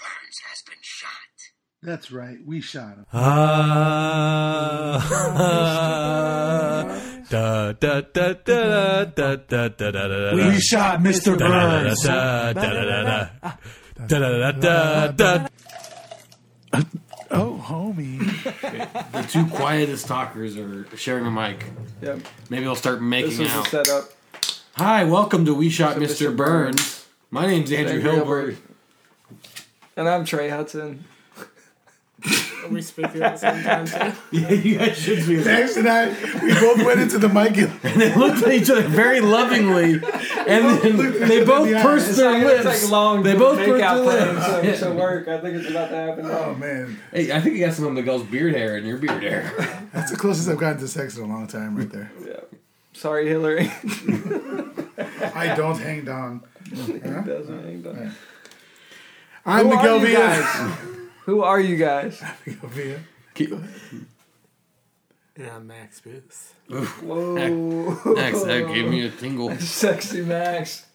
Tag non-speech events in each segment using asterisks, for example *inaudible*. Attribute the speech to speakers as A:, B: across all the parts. A: Lawrence has been shot.
B: That's right. We shot him.
C: Ah, da, da, da, da, da, da, da, da, da, da, da.
D: We shot Mr.
C: Da,
D: Burns.
C: da, da, da, da, da. Da, da, da, da, da.
B: Oh, homie.
E: The two quietest talkers are sharing a mic.
F: Yep.
E: Maybe I'll start
F: This
E: making
F: was a
E: out.
F: setup.
E: Hi, welcome to We Shot
F: This is
E: Mr.
F: Mr.
E: Burns. My name's Andrew
F: Andrew
E: Hilbert.
F: And I'm Trey Hudson.
G: Are we speaking at the same time too?
E: Yeah, you guys should be. They
B: Max and I, we both went into the mic and
E: looked at each other very lovingly, and then they both
B: Yeah,
E: pursed
B: it's
E: their
F: It's like-
E: lips.
F: It's like long
E: They
F: to
E: both
F: make
E: worked
F: out
E: it out.
F: plans to, to work. I think it's about to happen.
B: Oh man,
E: Hey, I think you got some of Miguel's beard hair in your beard hair.
B: that's the closest I've gotten to sex in a long time, right there.
F: Sorry, Hillary. *laughs*
B: I don't hang dong.
F: It doesn't hang down.
B: I'm
F: Who
B: Miguel
F: are you
B: Villa.
F: guys? Who are you guys?
B: Miguel Villa.
G: And I'm Max Booth.
F: Whoa.
E: Next, that gave me a tingle.
F: Sexy Max.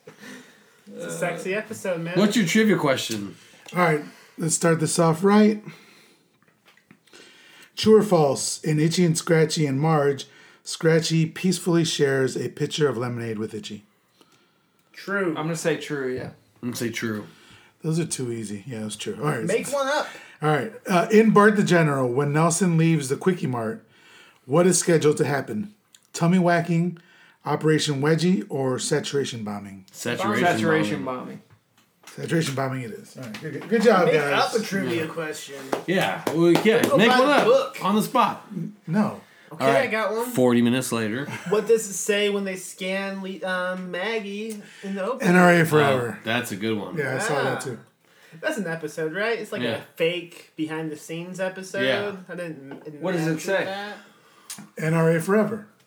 G: It's a sexy episode, man.
E: What's your trivia question?
B: All right, let's start this off right. True or false? In Itchy and Scratchy and Marge, Scratchy peacefully shares a pitcher of lemonade with Itchy.
G: True.
F: I'm going to say true, yeah.
E: I'm gonna say true.
B: Those are too easy. Yeah, that's true. All right,
G: Make one up.
B: all right. Uh, in Bart the General, when Nelson leaves the Quickie Mart, what is scheduled to happen? Tummy whacking, Operation Wedgie, or saturation bombing?
E: Saturation.
F: Saturation
E: bomb.
F: bombing.
B: Saturation bombing, it is. All right, good, good job,
G: Make
B: guys.
G: up a trivia question.
E: Yeah, well, yeah.
G: Go
E: Make
G: by
E: one
G: the
E: up
G: book.
E: on the spot.
B: No,
G: Okay,
E: All right.
G: I got one.
E: Forty minutes later,
G: What does it say when they scan Le- um, Maggie in the open?
B: NRA forever.
E: Oh, that's a good one.
B: yeah, I saw that too.
G: That's an episode, right? It's like
E: Yeah.
G: a fake behind the scenes episode.
E: Yeah.
G: I didn't. didn't
F: What does it
G: match with
F: say?
G: that.
B: NRA forever.
E: *laughs*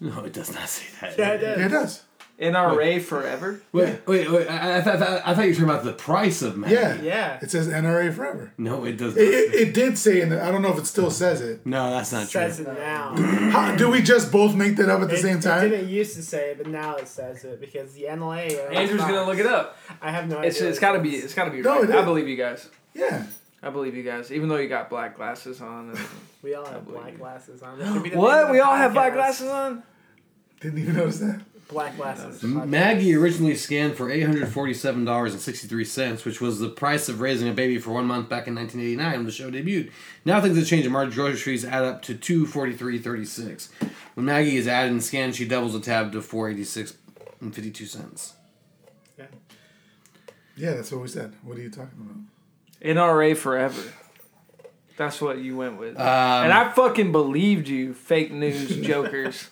E: No, it does not say that.
G: Yeah, it does.
B: Yeah, it does.
F: NRA forever.
E: Wait, wait, wait. I, I, thought- I thought you were talking about the price of Maggie.
B: Yeah.
G: Yeah.
B: It says NRA forever.
E: No, it does
B: It,
E: not.
B: it, it did say in the, I don't know if it still
F: *clears throat*
B: says it.
E: no, that's not true.
G: says it now.
B: How, do we just both make that up at the
G: It-
B: same
G: It
B: time?
G: didn't used to say it, but now it says it because the NLA. are on
F: Andrew's
G: Fox.
F: going to look it up.
G: I have no
F: It's,
G: idea.
F: it's got to be It's got to be
B: No,
F: right.
B: it
F: I
B: is.
F: believe you guys.
B: yeah.
F: I believe you guys. Even though you got black glasses on. and-
G: We all have
F: believe *laughs*
G: black
F: you.
G: glasses on. That
F: *gasps*
G: should be the name of
F: what?
G: the
F: We all have black
G: podcast.
F: glasses on?
B: Didn't even notice that.
G: Black glasses.
E: Mm-hmm. Maggie originally scanned for eight hundred forty-seven dollars and sixty-three cents, which was the price of raising a baby for one month back in nineteen eighty-nine when the show debuted. Now things have changed, and Marge groceries add up to two forty-three thirty-six. When Maggie is added and scanned, she doubles the tab to four eighty-six and fifty-two cents.
B: Yeah, that's what we said. What are you talking about?
F: NRA forever. That's what you went with.
B: Uh,
E: Um,
F: and I fucking believed you, fake news
E: *laughs*
F: jokers.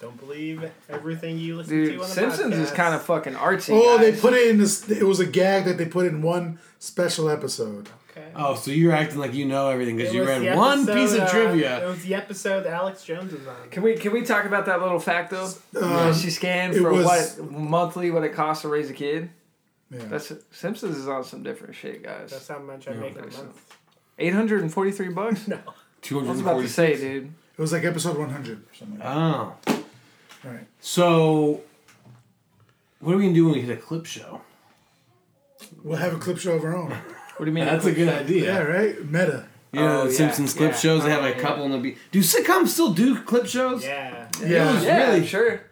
G: Don't believe everything you listen to
F: Dude,
G: on the
F: Simpsons is
G: podcast.
F: kind of fucking artsy.
B: Oh, they
F: guys.
B: put it in this. It was a gag that they put in one special episode.
G: Okay.
E: oh, so you're acting like you know everything because
G: It
E: you
G: was
E: read
G: the
E: one
G: episode,
E: piece of
G: uh,
E: trivia.
G: It was the episode that Alex Jones was on.
F: Can we can we talk about that little fact though?
B: Uh,
F: she scanned
B: it
F: for
B: was-
F: what monthly what it costs to raise a kid.
B: Yeah.
F: That's Simpsons is on some different shit, guys.
G: That's how much I make in a month.
F: Eight hundred and forty three
B: *laughs*
F: bucks.
G: No.
E: Two
F: I was
E: hundred
F: about to
E: forty.
F: say, dude.
B: it was like episode 100 or something.
F: Uh,
B: Like
E: Oh,
B: that. Right.
E: so what are we gonna do when we hit a clip show?
B: We'll have a clip show of our own.
F: What do you mean?
E: That's a good idea.
B: yeah, right? Meta.
E: You know,
F: Oh,
E: the
F: yeah,
E: Simpsons clip
F: yeah.
E: shows, they have
F: Oh,
E: like a
F: yeah.
E: couple in the be- Do sitcoms still do clip shows?
G: Yeah.
B: Yeah.
F: yeah,
E: really-
F: sure.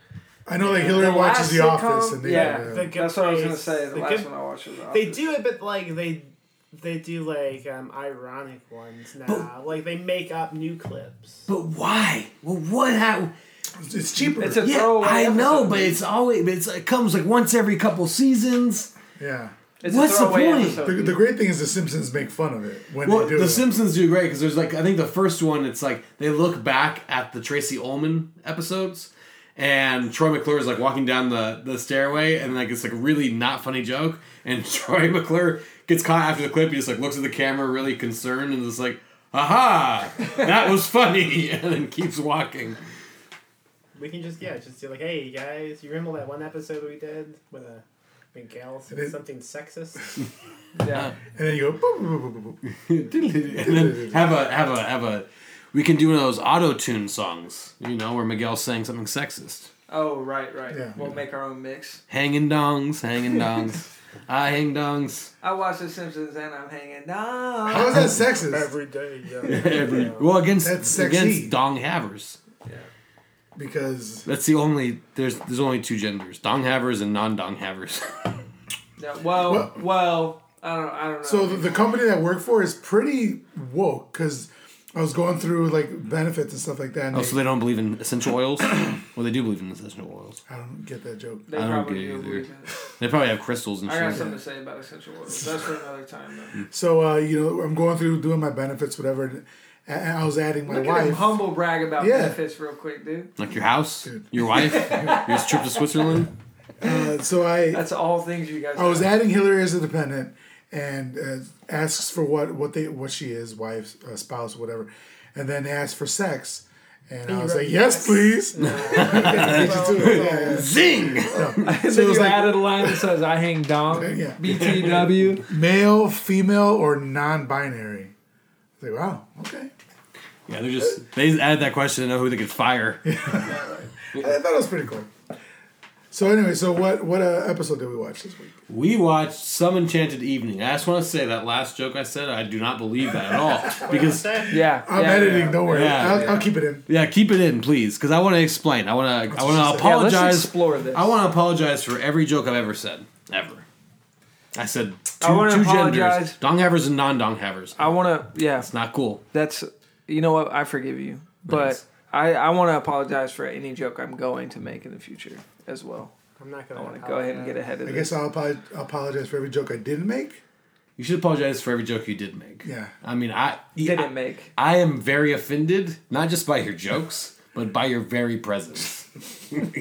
B: I know like Hillary
F: The
B: watches
F: last
B: The
F: sitcom-
B: Office and they
F: yeah.
B: have, uh,
G: The Good
F: That's what I was gonna
G: Place,
F: say. The,
G: The
F: last
G: Good-
F: one I watched was
G: They do it, but like they they do like um, ironic ones now. like they make up new clips.
E: But why? Well, what happened?
B: it's cheaper.
F: It's a
E: Yeah,
F: throwaway.
E: I
F: episode.
E: know, but it's always, but it's, it comes like once every couple seasons.
B: yeah.
F: It's
E: What's the
F: throwaway
E: point?
F: episode.
B: The, the great thing is the Simpsons make fun of it when
E: Well,
B: they do
E: the
B: it.
E: Simpsons do great because there's like, I think the first one, it's like they look back at the Tracy Ullman episodes. And Troy McClure is like walking down the, the stairway, and like it's like a really not funny joke. And *laughs* Troy McClure gets caught after the clip. He just like looks at the camera really concerned and is like, "Aha, that was funny," *laughs* and then keeps walking.
G: We can just yeah, just do like, hey guys, you remember that one episode we did with a Miguel said something sexist?
F: yeah.
B: and then you go, boop, boop, boop, boop, boop.
E: *laughs* and then have a have a have a we can do one of those auto tune songs, you know, where Miguel's saying something sexist.
F: Oh right, right.
B: Yeah.
F: We'll make our own mix.
B: *laughs*
E: Hanging dongs, hanging dongs. I hang dongs
F: I watch The Simpsons and I'm hanging
B: How
F: down.
B: is that sexist?
G: Every day, yeah. *laughs*
E: every well against
B: That's sexy.
E: against dong havers.
B: Because
E: That's the only there's there's only two genders: dong havers and non dong havers. *laughs*
F: No, well, well, I don't, I don't know.
B: so the, the company that I work for is pretty woke. Because I was going through like benefits and stuff like that. And
E: oh,
B: they-
E: so they don't believe in essential oils.
B: *coughs*
E: well, they do believe in essential oils.
B: I don't get that joke.
F: they
E: I don't
F: probably
E: get it
F: do
E: either.
F: believe in it.
E: *laughs* They probably have crystals and
F: I got
E: shit.
F: something to say about essential oils. That's for another time. Though.
B: So uh, you know, I'm going through doing my benefits, whatever. And and I was adding my
F: Look at him
B: wife.
F: humble brag about
B: Yeah.
F: benefits real quick, dude.
E: Like your house,
B: Dude.
E: your
B: *laughs*
E: wife, your trip to Switzerland.
B: Uh, so I
F: That's all things you guys.
B: I was
F: have.
B: adding Hillary as a dependent and uh, asks for what what they what she is wife uh, spouse whatever, and then asks for sex, and I was like yes
E: *laughs*
B: please.
G: Oh,
B: *laughs* Yeah,
E: Zing!
F: And
B: yeah. So it
F: then
B: was
F: you
B: like
F: added a line that says, "I hang dong."
B: *laughs* Yeah.
F: BTW.
B: male, female, or non-binary. I was like wow okay.
E: Yeah, they're just they added that question to know who they could fire.
B: I thought it was pretty cool. So anyway, so what what uh, episode did we watch this week?
E: We watched Some Enchanted Evening. I just want to say that last joke I said, I do not believe that at
B: *laughs*
E: all. Because,
G: Say,
F: Yeah.
B: I'm
F: yeah,
B: editing.
F: yeah.
B: Don't worry.
E: Yeah,
B: I'll,
E: yeah.
B: I'll keep it in.
E: yeah, keep it in, please. Because I want to explain. I want to I want to
B: she said.
F: Yeah, let's
E: apologize.
F: explore this.
E: I want to apologize for every joke I've ever said. Ever. I said two,
F: I wanna
E: two
F: apologize.
E: genders. Dong havers and non dong havers.
F: I want to. Yeah.
E: It's not cool.
F: That's. You know what? I forgive you, but
E: Thanks.
F: I I want to apologize for any joke I'm going to make in the future as well.
G: I'm not
F: I
G: gonna.
F: want to go ahead and get ahead of
B: I
F: this.
B: guess I'll apo- apologize for every joke I didn't make.
E: You should apologize for every joke you did make.
B: Yeah.
E: I mean, I
F: Didn't make.
E: I am very offended, not just by your jokes, but by your very presence.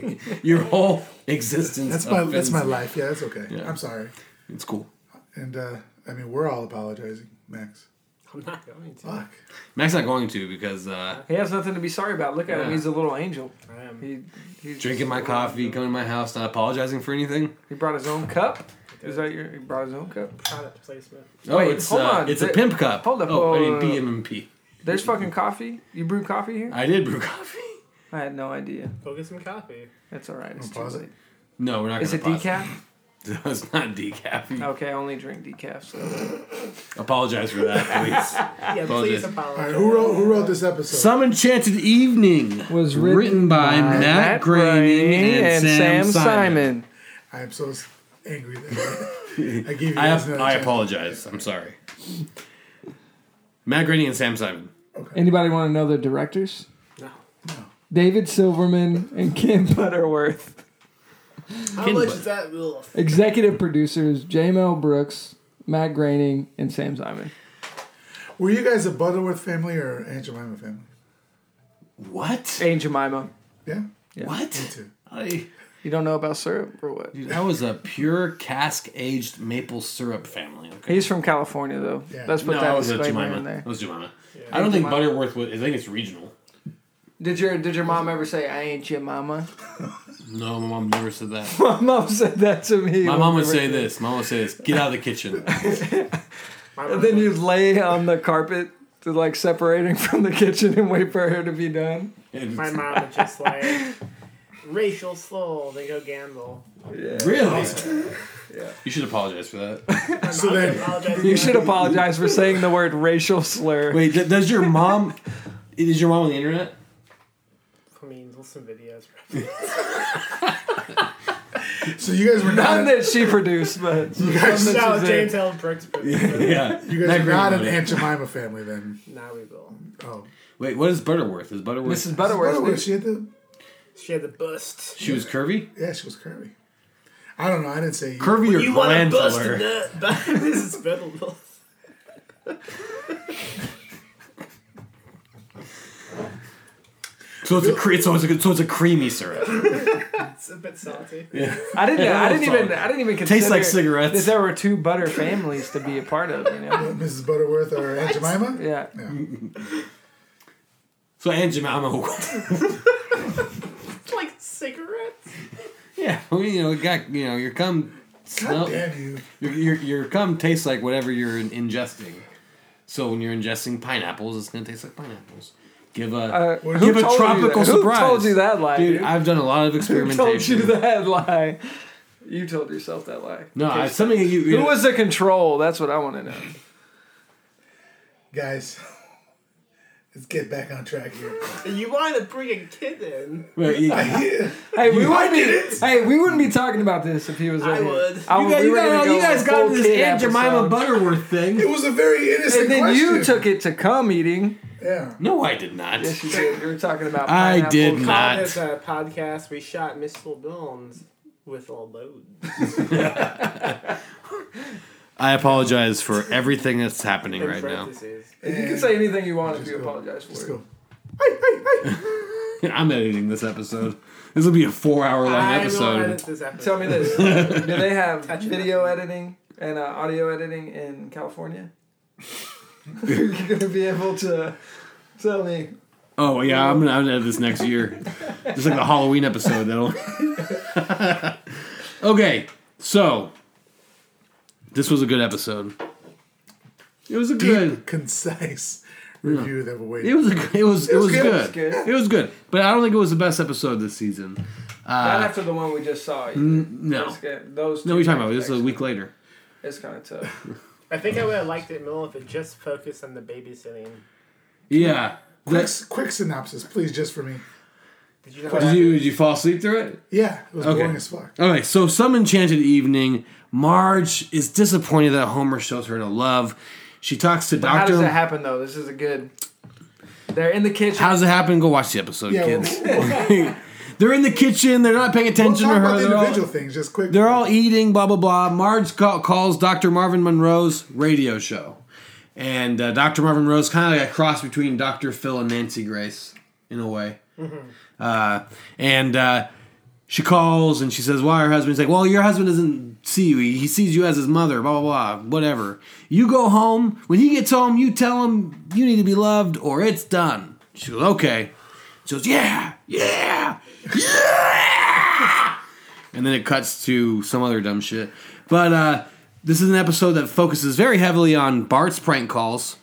E: *laughs* your whole existence.
B: That's my that's
E: offends
B: my
E: me.
B: life. Yeah, that's okay.
E: Yeah.
B: I'm sorry.
E: It's cool.
B: And uh, I mean, we're all apologizing, Max.
G: I'm not going to.
B: Fuck.
E: Mac's not going to because uh,
F: He has nothing to be sorry about. Look at him.
E: Yeah.
F: He's a little angel.
G: I am.
F: He he's
E: drinking my coffee, coming to my house, not apologizing for anything.
F: He brought his own cup. Is that your? He brought his own cup.
G: Product placement.
E: Oh,
F: Wait,
E: it's
F: hold
E: uh,
F: on.
E: it's a
F: Th-
E: pimp cup.
F: hold up,
E: Oh, I mean
F: hold up.
E: PMMP.
F: There's fucking coffee. You brew coffee here?
E: I did brew coffee.
F: I had no idea.
G: Go get some coffee.
F: It's all right. It's too
B: Pause it.
F: late.
E: No, we're not.
F: Is it
E: gonna pause
F: decaf?
E: *laughs* No, it's not decaf.
F: Okay, I only drink decaf. So
E: Apologize for that, please.
G: Yeah,
E: Apologies.
G: please
B: All
G: apologize.
B: right, who wrote who wrote this
E: *laughs*
B: episode?
E: Some Enchanted Evening
F: Was
E: written,
F: written
E: by, Matt Groening and, Sam, Simon.
B: I am so s- angry. That I gave you
E: I,
B: guys another
E: I
B: chance.
E: apologize. I'm sorry. Matt Groening and Sam Simon.
F: Anybody want to know the directors?
G: No.
F: David Silverman and Kim *laughs* Butterworth.
G: How
E: Kin-
G: much is that? Ugh.
F: Executive producers J.M.L. Brooks, Matt Groening, and Sam Simon.
B: Were you guys a Butterworth family or Aunt Jemima family?
E: What?
F: Aunt Jemima.
B: Yeah,
E: What?
B: too.
E: I,
F: You don't know about syrup or what?
E: dude, that was a pure cask aged maple syrup family. Okay.
F: He's from California though.
B: Yeah.
F: Let's put
E: no, that
F: that
E: was a
F: disclaimer
E: Jemima.
F: in
E: That
F: there.
E: was Jemima. I don't think Butterworth was. I think it's regional.
F: Did your Did your mom ever say I ain't your
E: *laughs*
F: mama?
E: No, my mom never said *laughs* that.
F: My mom said that to me.
E: My mom would say this. Mom would say this. Get out of the kitchen.
G: My
F: And
G: mom-
F: then you lay on the carpet, to like separating *laughs* from the kitchen and wait for her to be done.
G: my mom would just like racial soul. Then go gamble.
E: *laughs* Really? You should apologize for that.
B: So then,
G: Apologize.
F: You should apologize for saying the word racial
E: *laughs*
F: slur.
E: Wait, th- does your mom? Is your mom on the internet?
G: I mean, some videos.
B: so you guys were
F: None
B: not
F: that she
E: *laughs*
F: produced, but
B: you guys,
F: This
G: Shout
F: is
G: out
F: it.
G: James L. Brooks. but *laughs*
E: Yeah.
B: you guys
E: Matt
B: were not an
E: Groening.
B: Aunt Jemima family then.
F: *laughs*
G: Now we will.
B: Oh,
E: Wait, what is Butterworth? Is Butterworth?
F: Mrs. Butterworth.
B: Butterworth. She had the
G: She had the bust.
E: She was curvy.
B: yeah. She was curvy. I don't know. I didn't say you.
E: Curvy or
G: You want to bust a
E: glandular?
G: nut? but *laughs* This is middle.
E: So it's a cre- so it's a good so it's a creamy syrup.
G: It's a bit salty.
F: I didn't. I didn't
E: That's
F: even.
E: all.
F: I didn't even consider
E: Tastes like
F: that
E: cigarettes.
F: there were two butter families to be a part of. You
E: *laughs*
F: know.
B: Mrs. Butterworth or Aunt Jemima?
F: Yeah.
E: So Aunt Jemima. *laughs*
G: It's like cigarettes.
E: yeah, well, you know, it got you know your cum.
B: God
E: Smell, your,
B: damn you.
E: your your cum tastes like whatever you're in- ingesting. So when you're ingesting pineapples, it's gonna taste like pineapples. Give a
F: Uh,
B: Well,
F: who
E: give a
F: told you
E: tropical
F: that?
E: surprise.
F: *laughs* Who told you that lie?
E: dude,
F: Dude,
E: I've done a lot of
F: who told
E: experimentation.
F: you that lie? You told yourself that lie.
E: No, I, something you. you
F: Who was the control? That's what I want to know.
B: Guys, *laughs* let's get back on track here.
G: You wanted to bring a kid in.
E: Wait, *laughs* you-
F: Hey, we wouldn't
B: did
F: be. Hey, we wouldn't be talking about this if he was.
G: I
F: right here.
G: would.
F: I
E: You guys,
F: we
E: you
F: were gonna
E: guys,
F: go
E: you guys
F: full
E: got this
F: kid
E: Aunt Jemima
F: episode.
E: Butterworth
B: It
E: thing.
B: was a very innocent
F: And then
B: question.
F: you took it to cum eating.
B: Yeah.
E: *laughs* No, I did not.
F: Yes, you did. You were talking about.
E: I
F: pineapple
E: did
F: cum.
E: not.
G: Called this uh, podcast, we shot Missile Bones with a load.
E: I apologize for everything that's happening
G: In
E: right now.
G: parentheses.
F: You can say anything you want if you apologize for
B: Let's
F: it.
B: go.
E: *laughs* I'm editing this episode. This will be a four-hour long
G: I will edit
E: episode.
G: this episode.
F: Tell me
B: *laughs*
F: this: Do they have
G: Touch it
F: video
G: up.
F: editing and uh, audio editing in
B: *laughs*
F: California? *laughs* Are you gonna be able to tell me?
E: Oh yeah, I'm gonna, I'm gonna edit this next *laughs* year, just like the Halloween episode. That'll. *laughs* okay, so this was a good episode. It was a good.
B: Deep, concise review that we're
E: It
B: waiting.
E: was a, g- it was it was,
F: good.
E: good.
F: It was good.
E: It was good, but I don't think it was the best episode this season. Uh,
F: Not
E: mm,
F: after the one we just saw. either.
E: no,
F: Those ga- Those.
E: no,
F: two
E: we talking about
F: things
E: this is a
F: actually-
E: week later.
F: It's kind of tough.
G: I think I would have liked it more if it just focused on the babysitting.
E: Yeah,
B: Quick,
E: That-
B: quick synopsis, please, just for me.
G: Did you know
E: did you did you fall asleep through it?
B: Yeah, it was
E: Okay.
B: boring as fuck.
E: All right, so some enchanted evening, Marge is disappointed that Homer shows her no love. She talks to
F: How
E: Doctor.
F: does that happen though? This is a good. They're in the kitchen.
E: How does it happen? Go watch the episode,
B: Yeah,
E: kids.
B: we'll, we'll
E: they're in the kitchen. They're not paying attention
B: talk
E: to
B: about
E: her.
B: the
E: They're all-
B: individual things, just quick.
E: They're all eating, blah, blah, blah. Marge call, calls Dr. Marvin Monroe's radio show. And uh, Dr. Marvin Monroe's kind of like a cross between Dr. Phil and Nancy Grace, in a way. Uh, and uh, she calls and she says, Why? Her husband's like, Well, your husband doesn't see you. He he sees you as his mother, blah, blah, blah, whatever. You go home. When he gets home, you tell him you need to be loved or it's done. She goes, Okay. She goes, Yeah, yeah. And then it cuts to some other dumb shit. But uh, this is an episode that focuses very heavily on Bart's prank calls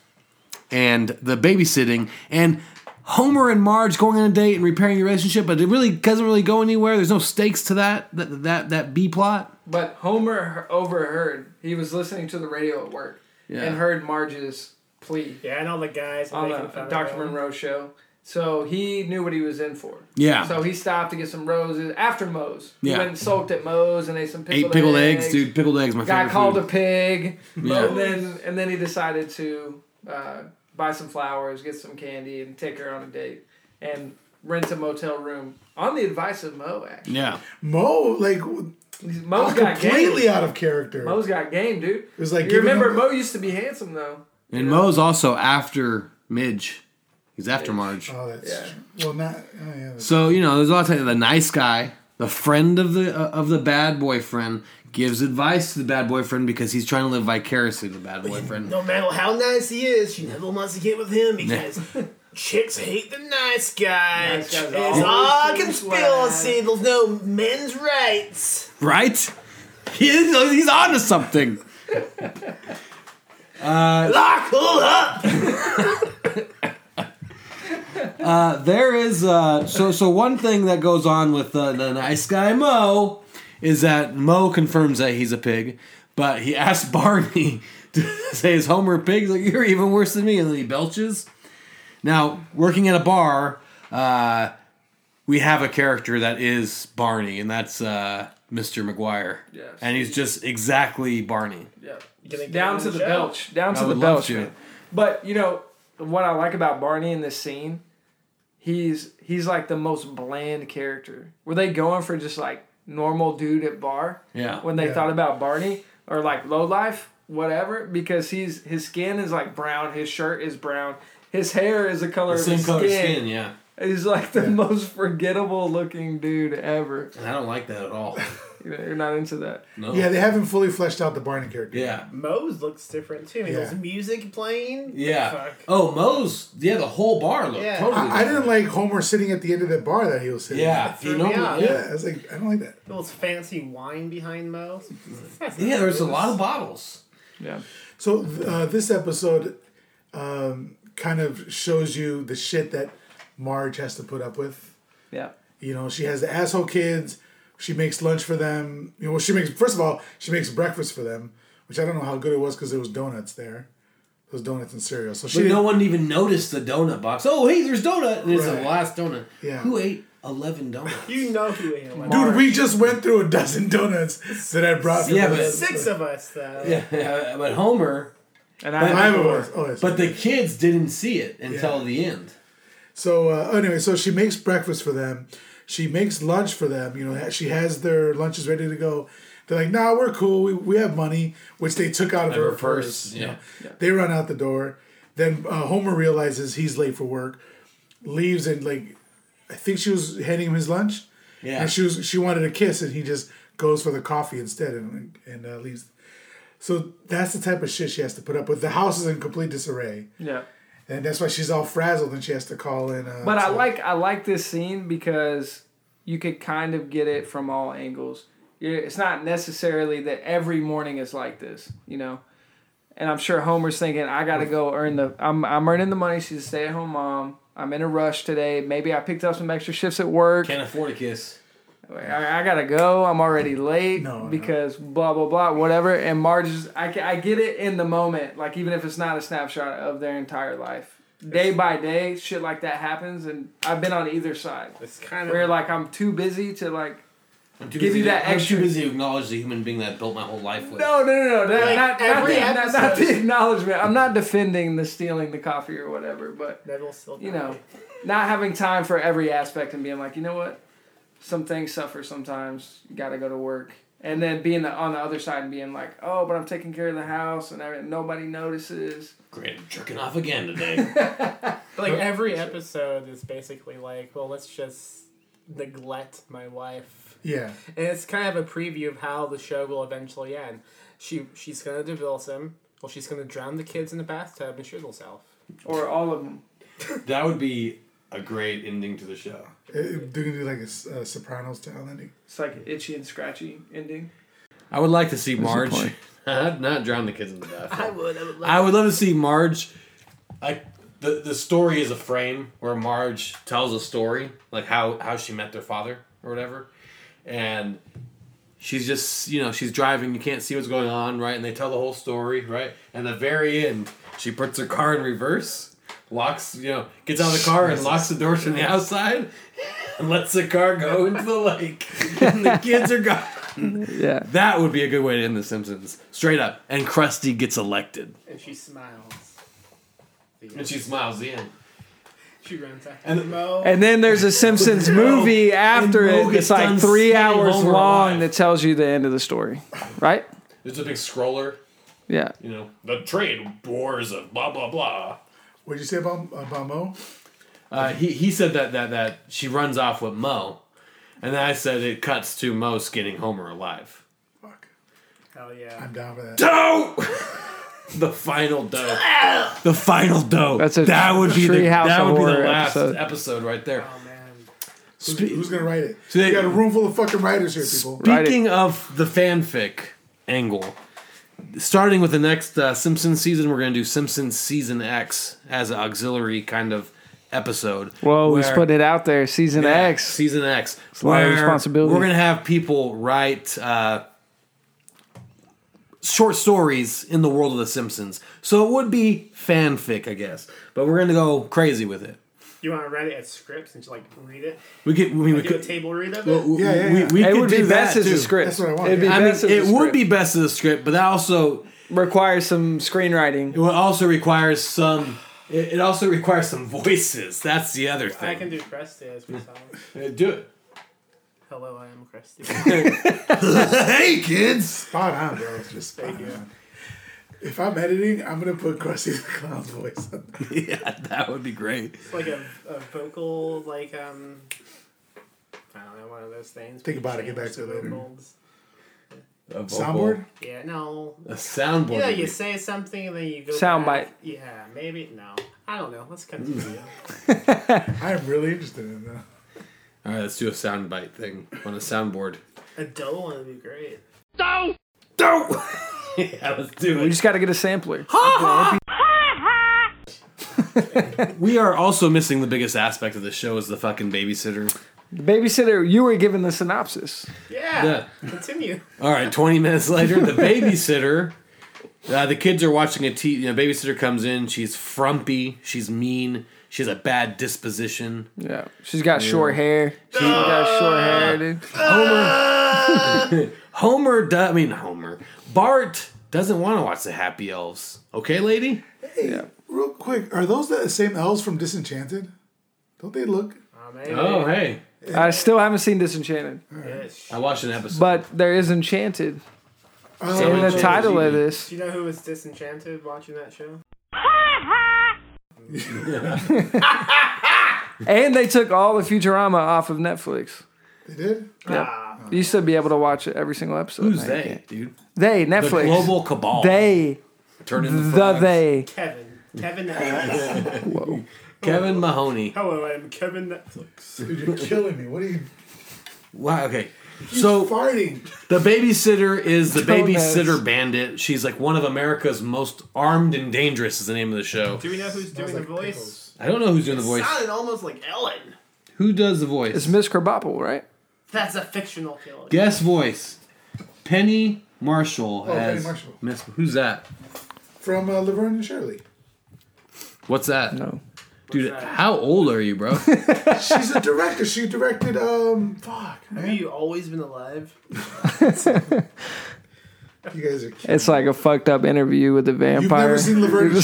E: and the babysitting and Homer and Marge going on a date and repairing your relationship, but it really doesn't really go anywhere. There's no stakes to that that that, that B plot.
F: But Homer he- overheard. He was listening to the radio at work
E: Yeah.
F: and heard Marge's plea
G: Yeah, and all the guys were
F: on
G: making
F: the
G: fun
F: Dr.
G: of him.
F: Monroe show. So he knew what he was in for.
E: Yeah.
F: So he stopped to get some roses after Moe's. He
E: Yeah.
F: went and soaked at Moe's and ate some pickled
E: Eight pickled
F: eggs.
E: eggs, dude. Pickled eggs, my
F: Got
E: favorite.
F: called
E: food.
F: a pig.
E: Yeah.
F: And then and then he decided to uh, buy some flowers, get some candy, and take her on a date and rent a motel room on the advice of Moe. Actually,
E: Yeah.
B: Mo, like,
F: Moe's got
B: completely
F: game.
B: out of character.
F: Moe's got game, dude.
B: It was like
F: you
B: giving
F: remember
B: him-
F: Moe used to be handsome though.
E: And Moe's also after Midge. He's after Marge.
B: oh, that's
F: Yeah.
B: well, not. Oh, yeah, that's-
E: So you know, there's a lot of time, the nice guy, the friend of the uh, of the bad boyfriend, gives advice to the bad boyfriend because he's trying to live vicariously to the bad boyfriend.
G: No matter how nice he is, she never wants to get with
F: *laughs*
G: him because chicks hate the nice guy.
F: Nice guys
G: it's
F: always
G: all
F: seem
G: conspiracy. There's no men's rights.
E: Right? *laughs* He is, he's onto something.
G: Lock her up.
E: Uh, there is uh, so so one thing that goes on with uh, the nice guy Mo is that Mo confirms that he's a pig, but he asks Barney *laughs* to say is Homer a pig? He's like you're even worse than me, and then he belches. Now working at a bar, uh, we have a character that is Barney, and that's uh, Mr. McGuire,
F: Yes.
E: and he's just exactly Barney.
F: Yeah.
G: Gonna get
F: Down
G: on
F: to
G: the
F: the
G: show.
F: belch. Down
E: I
F: to the
E: would love
F: belch.
E: to.
F: man. But you know what I like about Barney in this scene, he's he's like the most bland character. Were they going for just like normal dude at bar?
E: Yeah.
F: When they
B: Yeah.
F: thought about Barney or like low life, whatever, because he's his skin is like brown, his shirt is brown, his hair is the color of
E: Same
F: his
E: color
F: skin.
E: skin, yeah.
F: He's like the most forgettable looking dude ever.
E: And I don't like that at
F: *laughs*
E: all.
F: You know, you're not into that.
E: No.
B: yeah, they haven't fully fleshed out the Barney character.
E: yeah.
G: Moe's looks different too. I mean,
B: Yeah.
G: there's music playing.
E: Yeah.
G: Fuck.
E: Oh, Moe's. Yeah, the whole bar looked
G: Yeah.
E: totally.
B: I, I didn't like Homer sitting at the end of that bar that he was sitting.
E: Yeah.
G: threw
E: you
G: me
E: know,
G: off.
B: yeah.
E: yeah.
B: I was like, I don't like that.
G: There was fancy wine behind Moe.
E: Yeah, there's a lot of bottles.
F: Yeah.
B: So uh, this episode um, kind of shows you the shit that Marge has to put up with.
F: Yeah.
B: You know, she has the asshole kids, She makes lunch for them. You know, well, she makes first of all she makes breakfast for them, which I don't know how good it was because there was donuts there, those donuts and cereal. So she
E: But no
B: didn't-
E: one even noticed the donut box. Oh, hey, there's donut. And it's
B: Right.
E: the last donut.
B: Yeah.
E: Who ate 11 donuts?
G: You know who ate one.
B: dude, we just went through a dozen donuts that I brought. for
E: Yeah,
B: them.
E: but-
G: Six of us, though.
E: yeah, yeah, but Homer,
F: And I
B: five of us. Oh, yes.
E: but the kids didn't see it until
B: Yeah.
E: the end.
B: So uh, anyway, so she makes breakfast for them. She makes lunch for them. You know, she has their lunches ready to go. They're like, "Nah, we're cool. We, we have money," which they took out of her purse.
E: yeah.
B: They run out the door. Then uh, Homer realizes he's late for work, leaves, and like, I think she was handing him his lunch,
E: Yeah.
B: and she was she wanted a kiss, and he just goes for the coffee instead, and and uh, leaves. So that's the type of shit she has to put up with. The house is in complete disarray,
F: yeah.
B: and that's why she's all frazzled, and she has to call in. Uh,
F: But I
B: to-
F: like I like this scene because you could kind of get it from all angles. You're, it's not necessarily that every morning is like this, you know. And I'm sure Homer's thinking, I gotta go earn the. I'm I'm earning the money. She's a stay at home mom. I'm in a rush today. Maybe I picked up some extra shifts at work.
E: Can't afford a kiss.
F: I, I gotta go. I'm already late
B: No, no.
F: because blah blah blah whatever. And Marge, is, I ca- I get it in the moment, like even if it's not a snapshot of their entire life, day by day, shit like that happens, and I've been on either side
G: It's kind of.
F: where like I'm too busy to like.
E: I'm too
F: Give
E: busy
F: you that
E: I'm
F: extra-
E: too busy to acknowledge the human being that I built my whole life with.
F: No, no, no, no. That,
G: Like,
F: not, not,
G: every
F: the, not, not the
G: episode.
F: acknowledgement. I'm not defending the stealing the coffee or whatever, but
G: Neville still.
F: you know, not having time for every aspect and being like, you know what, some things suffer sometimes. You gotta go to work, and then being the, on the other side and being like, oh, but I'm taking care of the house and everything. nobody notices.
E: Great, I'm jerking off again
G: *laughs*
E: today.
G: But like every episode is basically like, well, let's just neglect my wife.
B: Yeah.
G: And it's kind of a preview of how the show will eventually end. She she's gonna divorce him. Well, she's gonna drown the kids in the bathtub and shoot herself.
F: Or all of them.
E: that would be a great ending to the show.
B: It, they're gonna Uh, do like a s- a Sopranos style ending.
F: It's like an itchy and scratchy ending.
E: I would like to see Marge
F: point.
E: *laughs* not, not drown the kids in the bathroom.
G: would. I would
E: I would love to see Marge. Like the the story is a frame where Marge tells a story, like how how she met their father or whatever, and she's just you know she's driving, you can't see what's going on, right? And they tell the whole story, right? And the very end, she puts her car in reverse, locks you know gets out of the car and locks the doors from the outside, and lets the car go into the lake, *laughs* and the kids are gone.
F: Yeah.
E: That would be a good way to end The Simpsons, straight up. And Krusty gets elected.
G: and she smiles.
E: And she smiles the end.
G: She runs after
E: And-
G: and Mo.
F: And then there's a Simpsons
E: *laughs*
F: movie after
E: and Mo
F: it
E: gets
F: that's
E: done
F: like three
E: singing
F: hours
E: Homer
F: long
E: Alive.
F: that tells you the end of the story, right?
E: There's a big scroller,
F: Yeah.
E: you know. The trade wars of blah blah blah.
B: What did you say about about Mo?
E: Uh, he he said that that that she runs off with Mo, and then I said it cuts to Mo skinning Homer alive.
B: Fuck,
G: Hell yeah.
B: I'm down for that.
E: Dough. *laughs* the final dough. the final dough.
F: That's a
E: that would be the
F: Treehouse
E: that
F: of
E: would be the
F: Horror
E: last
F: episode.
E: episode, right there.
G: Oh man.
B: Who's, who's gonna write it?
E: they-
B: you got a room full of fucking writers here, people.
F: Write it.
E: Speaking of the fanfic angle, starting with the next uh, Simpsons season, we're going to do Simpsons season X as an auxiliary kind of episode.
F: Whoa,
E: where-
F: he's putting it out there. Season
E: Yeah,
F: X.
E: season X.
F: a lot of
E: where
F: responsibility.
E: We're going to have people write uh, short stories in the world of The Simpsons, so it would be fanfic, I guess. But we're going to go crazy with it.
G: You want to write it at scripts and just like read it?
E: We could. I mean, we
G: Do a
E: could.
G: table read of it?
E: we-
B: Yeah, yeah,
E: we-
B: yeah.
E: we
F: It
E: could
F: would be
E: do that
F: best as
E: too.
F: a script.
B: That's what I want,
F: It'd be
B: yeah.
E: I mean,
F: best as a
E: it would
F: script.
E: be best as a script, but that also
F: requires some screenwriting.
E: It also requires some. It it also requires some voices. That's the other thing.
G: I can do Krusty as we saw.
E: Uh, do it.
G: Hello, I am Krusty.
E: *laughs* Hey kids! *laughs*
B: Spot on, bro. It's just spot on. If I'm editing, I'm gonna put Krusty the Clown's voice. on. *laughs*
E: Yeah, that would be great.
G: It's like a, a vocal like um. I don't know one of those things.
B: Think
G: where you
B: about it, get
G: change
B: back to
G: the
B: it later.
G: vocals.
E: A vocal-
B: Soundboard.
G: Yeah, no.
E: A soundboard.
G: Yeah,
E: would
G: you
E: be-
G: say something and then you go.
F: Sound
G: back.
F: bite. Mm.
G: Yeah, maybe no. I don't know. Let's continue.
B: I am really interested in that.
E: All right, let's do a soundbite thing on a soundboard.
G: a dough one would be great.
E: No. *laughs* yeah, let's do
F: We
E: it.
F: just got to get a sampler.
E: We are also missing the biggest aspect of the show is the fucking babysitter.
F: The babysitter, you were given the synopsis.
G: Yeah.
E: Yeah.
G: Continue.
F: Uh,
E: All right, 20 minutes later, the babysitter. Uh, the kids are watching a t- you know, babysitter comes in. She's frumpy. She's mean. She has a bad disposition.
F: Yeah, she's got short hair. She's got short hair, dude.
E: Homer, do- I mean Homer, Bart doesn't want to watch the Happy Elves. Okay, lady.
F: Yeah.
B: Real quick, are those the same elves from Disenchanted? Don't they look?
G: Oh, man.
E: hey,
F: I still haven't seen Disenchanted,
G: Yes.
E: I watched an episode.
F: but there is Enchanted.
B: Oh,
F: And the
E: Enchanted
F: title of
E: TV.
F: this,
G: Do you know who was disenchanted watching that show?
F: and they took all the Futurama off of Netflix.
B: they did.
G: Ah,
F: You used to be able to watch every single episode.
E: Who's
F: now you
E: they,
F: can't.
E: dude?
F: They
E: The
F: Netflix.
E: global cabal.
F: they
E: Turn into
F: the
E: frogs.
F: they.
G: Kevin.
F: *laughs*
G: Kevin Netflix.
E: Kevin Mahoney.
G: Hello, I'm Kevin Netflix.
B: Dude, you're killing me. What are you
E: Wow. Okay. So
B: farting?
E: The babysitter is the
F: Donuts.
E: babysitter bandit. She's like one of America's most armed and dangerous. Is the name of the show.
G: Do we know who's doing the
B: like
G: voice?
E: I don't know who's doing the voice.
G: Sounded almost like Ellen.
E: Who does the
F: It's
E: voice?
F: Miss Krabappel, right?
G: That's a fictional killer.
E: Guest voice. Penny Marshall
B: Oh, Penny
E: as
B: Marshall.
E: Miss. Who's that?
B: From uh, Laverne and Shirley.
E: What's that?
F: No.
E: Dude,
G: What's that?
E: how old are you,
F: *laughs*
E: bro?
B: She's a director. She directed. Um, fuck,
G: Have
B: man.
G: you always been alive?
B: You guys are. Kidding.
F: It's like a fucked up interview with a
B: You've
F: vampire.
B: never seen Laverne and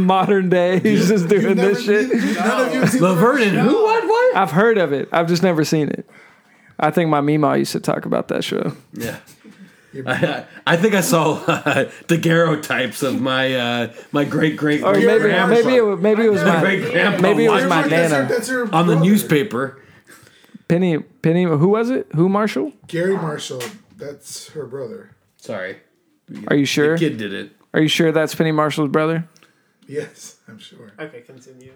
F: *laughs* Modern day, he's just doing
B: You've never-
F: this shit.
B: you- you- None of you have seen
E: Laverne and who? What? What?
F: I've heard of it. I've just never seen it. I think my Mima used to talk about that show.
E: Yeah. I, I think I saw uh, daguerreotypes of my uh, my great great
F: Or maybe
B: Grandma.
F: maybe it, maybe it was
E: my
F: my
E: great grandpa
F: maybe it was
B: That's
F: my
B: her- that's her-
F: nana.
B: that's her
E: on the
B: brother.
E: newspaper.
F: Penny Penny. Who was it? Who Marshall?
B: Gary Marshall. That's her brother.
E: Sorry,
F: Are you sure?
E: kid did it.
F: Are you sure that's Penny Marshall's brother?
B: Yes, I'm sure.
G: Okay, continue.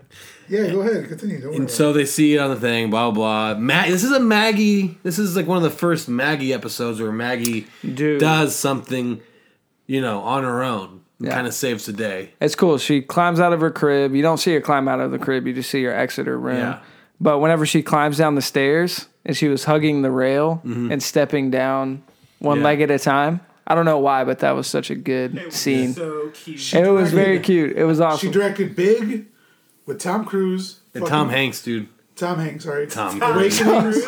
B: Yeah, go ahead. Continue. Don't worry.
E: And so they see it on the thing, blah blah. blah. Ma- this is a Maggie. This is like one of the first Maggie episodes where Maggie
F: Dude.
E: does something, you know, on her own.
F: Yeah.
E: Kind of saves the day.
F: It's cool. She climbs out of her crib. You don't see her climb out of the crib. You just see her exit her room.
E: Yeah.
F: But whenever she climbs down the stairs and she was hugging the rail and stepping down one
E: Yeah.
F: leg at a time. I don't know why, but that was such a good scene.
G: So cute.
F: It was very cute. It was
B: She
F: awesome.
B: directed Big with Tom Cruise.
E: And
B: fucking-
E: Tom Hanks, dude.
B: Tom Hanks, sorry.
E: Tom Cruise.
B: Awakenings.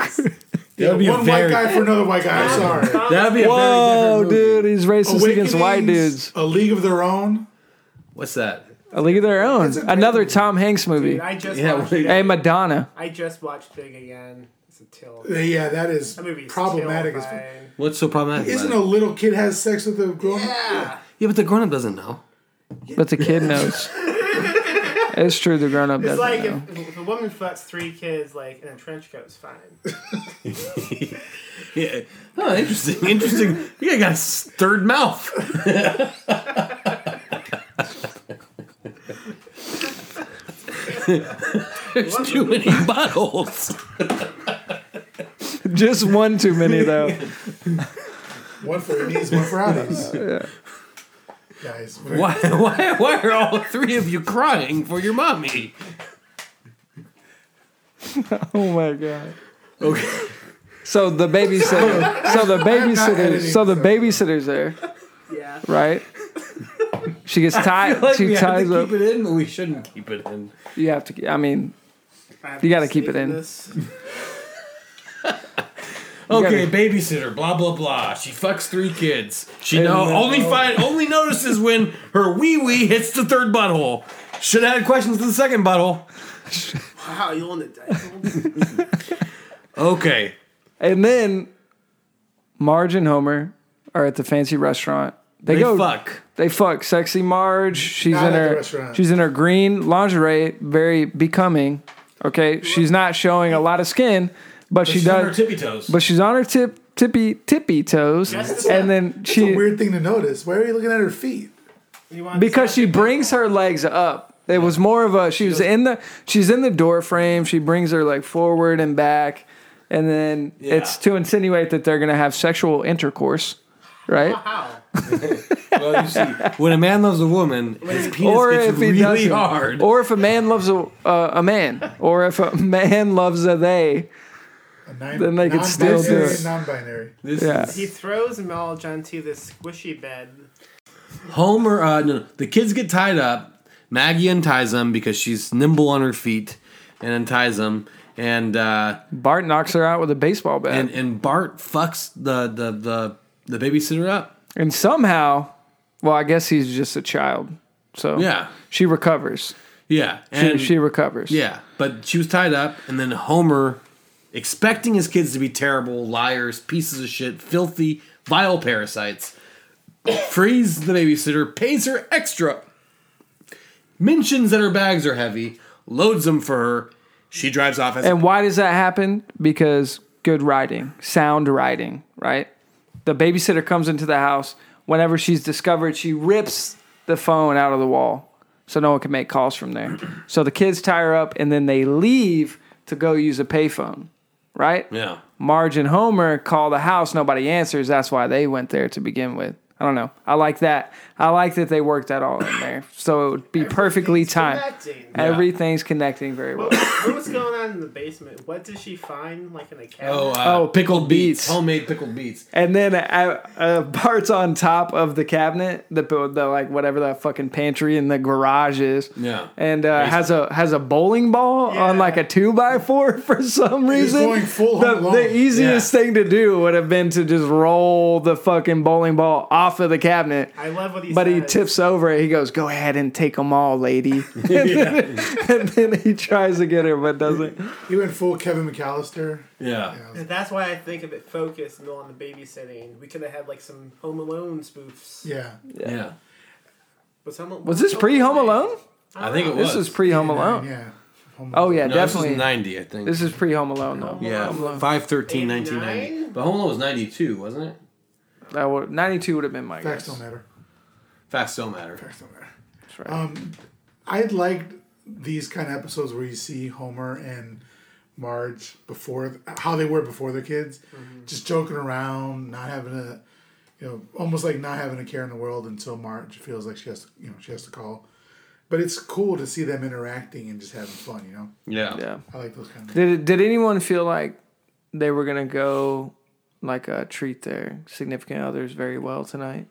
E: That would be a
B: One
E: very.
B: white guy for another white guy. I'm sorry.
E: That would be a very
F: Whoa,
E: different movie.
F: dude, he's racist against white
B: Awakenings,
F: dudes.
B: A League of Their Own.
E: What's that?
F: A League of Their Own.
B: a great
F: Another Tom Hanks movie.
G: Dude, I just
E: Yeah,
G: watched
E: wait.
G: Big-
F: hey, Madonna.
G: I just watched Big again. It's a till.
B: Uh, Yeah, that is
G: That movie is
B: problematic
G: till
B: as fuck.
G: fine.
E: What's so problematic? about
B: Isn't
E: it?
B: a little kid has sex with a grown
G: Yeah.
E: yeah, but the grown up doesn't know.
F: But the kid knows. it's true, the grown up
G: It's
F: doesn't
G: like
F: know.
G: if, if a woman fucks three kids like in a trench coat is fine.
F: *laughs*
E: Yeah. Oh, interesting. *laughs* Interesting. You guy got a s- third *laughs* mouth. There's too many buttholes.
F: Just one too many, though.
B: One for your knees, one
F: *laughs*
B: for outies. Guys, we're-
E: Why, *laughs* why, why are all three of you crying for your mommy?
F: Oh my god.
E: Okay.
F: So the babysitter. so the babysitter.
B: editing,
F: So the
B: so-
F: babysitter's there,
G: Yeah.
F: right? She gets tied.
E: Like
F: she
E: we have
F: ties
E: to
F: up.
E: keep it in, but we shouldn't keep it in.
F: You have to. I mean,
G: I'm
F: You gotta keep it
G: sneaking
F: in.
G: This.
E: Okay, babysitter, blah blah blah. She fucks three kids. She no,
F: then-
E: only find only notices when her wee wee hits the third butthole. Should have had questions to the second butthole.
G: Wow, you on the dice?
E: Okay.
F: and then Marge and Homer are at the fancy restaurant. They,
E: They
F: go.
E: fuck.
F: They fuck. Sexy Marge. She's
B: Not
F: in
B: at the
F: her.
B: restaurant.
F: She's in her green lingerie, very becoming. Okay, she's not showing a lot of skin, but she
E: She's on her
F: does.
E: tippy toes.
F: But she's on her tip, tippy, tippy toes,
G: That's-
F: and then she.
B: it's a weird thing to notice. Why are you looking at her feet?
G: You want
F: because she brings her legs up. It was more of a she was in the she's in the door frame. She brings her like forward and back, and then it's to insinuate that they're gonna have sexual intercourse, right?
G: Wow.
E: well, you see, when a man loves a woman, his penis
F: Or
E: gets
F: if he
E: really
F: doesn't,
E: hard.
F: *laughs* or if a man loves a uh, a man, or if a man loves a they,
B: A nine,
F: Then they could still do
B: non-binary
F: it.
B: and Non-binary.
E: This
F: Yeah.
E: is
G: He throws Mulch onto this squishy bed.
E: Homer. Uh, no, no, the kids get tied up. Maggie unties them because she's nimble on her feet, and unties them. And uh,
F: Bart knocks her out with a baseball bat,
E: and
F: and,
E: and Bart fucks the the the, the babysitter up.
F: somehow, well, I guess he's just a child, so
E: Yeah,
F: she recovers.
E: yeah.
F: Oh. She,
E: And
F: she recovers.
E: Yeah, but she was tied up, and then Homer, expecting his kids to be terrible liars, pieces of shit, filthy, vile parasites, frees the babysitter, pays her extra, mentions that her bags are heavy, loads them for her. She drives off as
F: And why does that happen? Because good writing, sound writing, right? The babysitter comes into the house. Whenever she's discovered, she rips the phone out of the wall so no one can make calls from there. *clears throat* So the kids tie her up and then they leave to go use a payphone, right?
E: yeah.
F: Marge and Homer call the house. Nobody answers. That's why they went there to begin with. I don't know. I like that. I like that they worked that all in there. So it would be perfectly
G: It's
F: timed.
G: connecting.
F: Everything's connecting very well.
G: What, what was going on in the basement? What did she find, like in a cabinet?
E: Oh, uh,
F: Oh,
E: pickled beets.
F: beets.
E: homemade pickled beets.
F: And then uh, uh, Bart's on top of the cabinet, the, the like whatever that fucking pantry in the garage is.
E: Yeah.
F: And uh, has a has a bowling ball
G: Yeah.
F: on like a two by four *laughs* for some reason.
B: going full
F: the,
B: Home Alone.
F: the easiest thing to do would have been to just roll the fucking bowling ball off of the cabinet.
G: I love what he
F: But
G: says.
F: he tips over it. He goes, "Go ahead and take them
E: *laughs*
F: all, lady." and, then, and then he tries to get her, but doesn't.
B: He went full Kevin McAllister.
E: Yeah.
G: That's why I think of it focused and on the babysitting. We could have had like some Home Alone spoofs.
B: Yeah.
E: Yeah.
G: Was, Home,
F: Was this pre Home Alone?
E: I think it was.
F: This was pre Home Alone.
B: Yeah. Home
F: Oh yeah,
E: No,
F: definitely.
E: This was 90, I think.
F: This is pre Home Alone though.
E: yeah,
F: Home Alone.
E: 513, 1990.
G: 89?
E: But Home Alone was 92, wasn't it?
F: That would, 92 would have been my
B: Facts
F: guess.
B: don't matter.
E: Facts don't matter.
B: Facts don't matter. Um,
F: That's right.
B: I liked these kind of episodes where you see Homer and Marge before how they were before their kids,
F: Mm-hmm.
B: just joking around, not having a, you know, almost like not having a care in the world until Marge feels like she has to, you know, she has to call. But it's cool to see them interacting and just having fun. You know,
F: yeah.
B: I like those kind of.
F: Did did anyone feel like they were gonna go like uh, treat their significant others very well tonight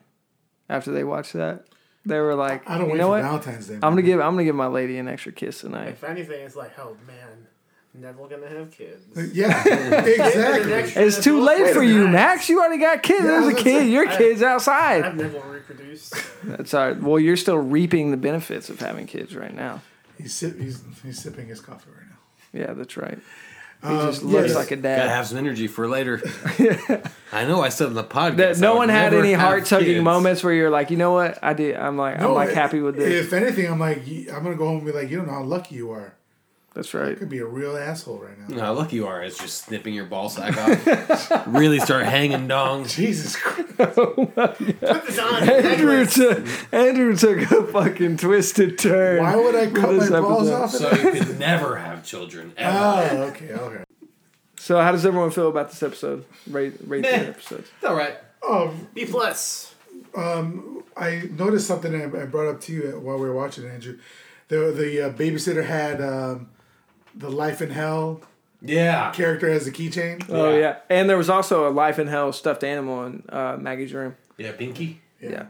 F: after they watched that? They were like,
B: I don't
F: you
B: wait
F: know
B: for
F: what?
B: Valentine's Day.
F: I'm gonna
B: man.
F: give I'm gonna give my lady an extra kiss tonight.
G: If anything, it's like, oh man, never gonna have kids.
F: *laughs*
B: Yeah,
G: The next
B: exactly.
F: It's too
G: generation-
F: late for you,
G: Max.
F: Max. You already got kids. There's a
B: that's
F: kid.
B: it.
F: Your
G: I-
F: kid's outside.
G: I've never
E: *laughs*
G: reproduced.
F: That's all right. Well, you're still reaping the benefits of having kids right now.
B: he's, sip, he's he's sipping his coffee right now.
F: Yeah, that's right. He
B: Um,
F: just looks
B: yes.
F: like a
E: Gotta
F: dad.
E: have some energy for
F: *laughs*
E: later. I know I said in the podcast.
F: that
E: I
F: no
E: would
F: one had
E: never
F: any
E: have
F: heart tugging
E: kids.
F: moments where you're like, you know what, I did. I'm like, I'm like
B: No,
F: happy with this.
B: If anything, I'm like, y- I'm gonna go home and be like, you don't know how lucky you are.
F: That's right.
B: You could be a real asshole right now.
E: No, lucky you are. It's just snipping your ball sack off.
F: *laughs*
E: really start hanging dongs.
B: Jesus Christ.
G: Put this on.
F: Andrew took Andrew took a fucking twisted turn.
B: Why would I
F: with
B: cut my
F: this
B: balls
F: episode.
B: off?
E: So you could never have children ever.
F: Ah.
B: oh, okay, okay.
F: So, how does everyone feel about this episode? Rate rate the
E: Meh.
F: episode.
E: It's all right.
G: B plus.
B: I noticed something I I brought up to you while we were watching it, Andrew. The the uh, babysitter had um, the life in hell
E: Yeah.
B: character as a keychain.
F: Oh
E: Yeah.
F: yeah, and there was also a life in hell stuffed animal in uh, Maggie's room.
E: Yeah, Pinky.
F: Yeah.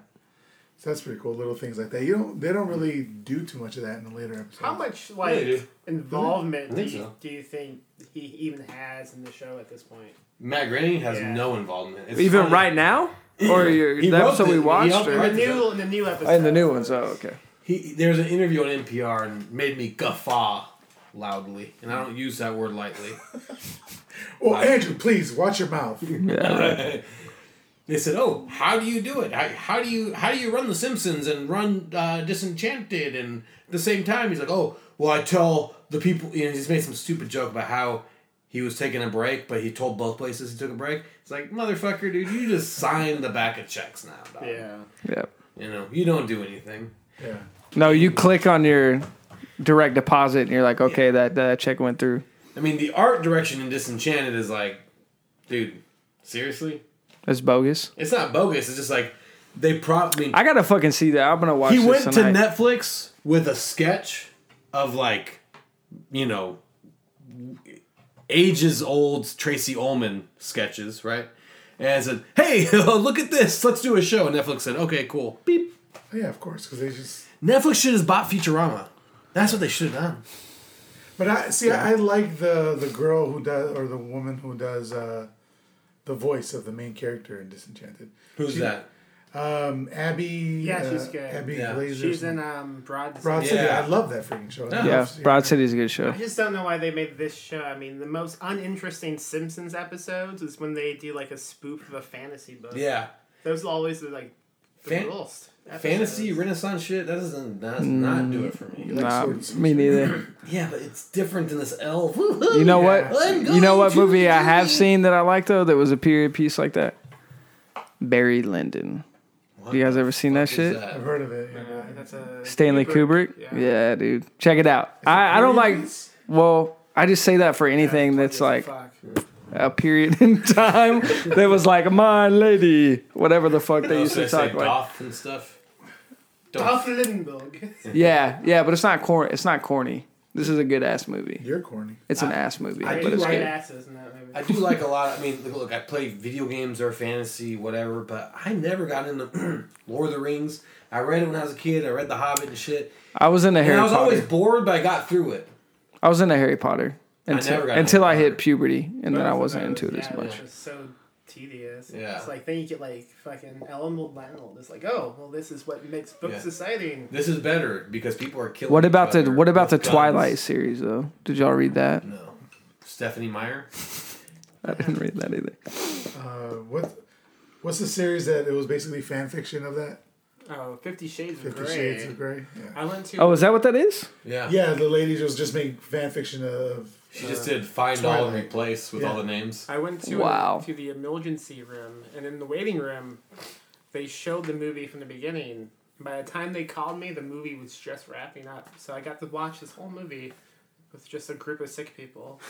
B: So that's pretty cool. Little things like that. You don't they don't really do too much of that in the later episodes.
G: How much
E: Yeah,
G: like
E: they do.
G: involvement
E: I
G: do
E: think
G: you,
E: so.
G: do you think he even has in the show at this point?
E: Matt Groening has
G: Yeah.
E: no involvement. It's
F: Even
E: funny.
F: right now, or your
E: He
F: the
E: wrote
F: episode
E: the-
F: we
E: he
F: watched,
E: helped
F: or
E: write
G: The new, the new episode.
F: and the new ones. Oh okay.
E: He, there was an interview on NPR and made me guffaw loudly. And I don't use that word lightly.
B: Oh, Andrew, please watch
F: *laughs*
B: your mouth.
F: Yeah.
E: They said, "Oh, how do you do it? How, how do you how do you run The Simpsons and run uh, Disenchanted?" And at the same time, he's like, "Oh, well, I tell the people." You know, he's made some stupid joke about how he was taking a break, but he told both places he took a break. It's like, motherfucker, dude, you just sign the back of checks now, dog.
G: Yeah.
F: Yeah.
E: You know, you don't do anything.
B: Yeah.
F: No, you click on your direct deposit and you're like, okay, that, that check went through.
E: I mean, the art direction in Disenchanted is like, dude, seriously,
F: That's bogus.
E: it's not bogus. It's just like they prop. I mean,
F: I gotta fucking see that. I'm gonna watch.
E: he
F: this
E: went to
F: tonight.
E: Netflix with a sketch of like, you know, ages old Tracy Ullman sketches, right? And said, "Hey, *laughs* look at this. Let's do a show." And Netflix said, "Okay, cool." Beep.
B: Yeah, of course, because they just.
E: Netflix should have bought Futurama. That's what they should have done.
B: But I see. I I like the the girl who does or the woman who does uh, the voice of the main character in Disenchanted.
E: Who's
B: She-
E: that?
B: Um, Abby.
G: Yeah,
B: uh,
G: she's good.
B: Abby
E: Yeah.
B: Glazer.
G: She's in um, Broad.
B: Broad
E: Yeah.
B: City. I love that freaking show. I
F: Yeah,
B: love seeing
F: Broad
B: her.
F: City's a good show.
G: I just don't know why they made this show. I mean, the most uninteresting Simpsons episodes is when they do like a spoof of a fantasy book.
E: Yeah,
G: Those are always the, like the
E: Fan-
G: worst. episodes.
E: fantasy Renaissance shit. That doesn't that's not do it for me.
B: like
F: Mm, Nah,
B: swords.
F: me neither.
E: Yeah, but it's different than this elf. *laughs*
F: You know
G: Yeah.
E: I'm
F: what? You know
E: going
F: what
E: to
F: movie I have
E: be-
F: seen that I like though that was a period piece like that. Barry Lyndon. You guys ever seen that shit?
B: I've heard of it. yeah.
G: Uh, that's a
F: Stanley Kubrick. Yeah. dude, check it out. I, I don't like. Well, I just say that for anything that's like
G: Fuck.
F: a period *laughs* in time that was like my lady, whatever the fuck they used to talk like.
E: Doth and stuff.
G: Dolph Lindbergh.
F: Yeah, yeah, but it's not corny. It's not corny. This is a good ass movie.
B: You're corny.
F: It's an ass movie,
E: I
F: but
E: do
F: it's
E: like
G: right
F: good.
G: asses in that movie.
E: I do like a lot. I mean, look, look, I play video games or fantasy, whatever, but I never got into *clears throat* Lord of the Rings. I read it when I was a kid. I read The Hobbit and shit.
F: I was into
E: And
F: Harry
E: I was
F: Potter.
E: always bored, but I got through it.
F: I was into Harry Potter
E: never
F: until
E: got into
F: until I
E: Harry
F: hit puberty, and then I wasn't
G: Those-
F: into it as
G: yeah,
F: much.
G: It was so tedious.
E: Yeah.
G: It's like then you get like fucking Ellen Lanel. It's like, oh, well, this is what makes books
E: Yeah.
G: exciting.
E: This is better because people are killing.
F: What
E: each
F: about the
E: other
F: What about the
E: with guns.
F: Twilight series though? Did y'all read that?
E: No, Stephanie Meyer.
F: I didn't read that either.
B: Uh, what? What's the series that it was basically fan fiction of that?
G: Oh, Fifty Shades of
B: Fifty
G: Grey.
B: Shades of Grey. Yeah.
G: I went to.
F: Oh, is that what that is?
E: Yeah.
B: Yeah, the ladies was just make fan fiction of.
E: She just did find all and
B: Twilight.
E: replace with
B: Yeah.
E: all the names.
G: I went to
F: Wow.
G: to the emergency room, and in the waiting room, they showed the movie from the beginning. By the time they called me, the movie was just wrapping up, so I got to watch this whole movie with just a group of sick people.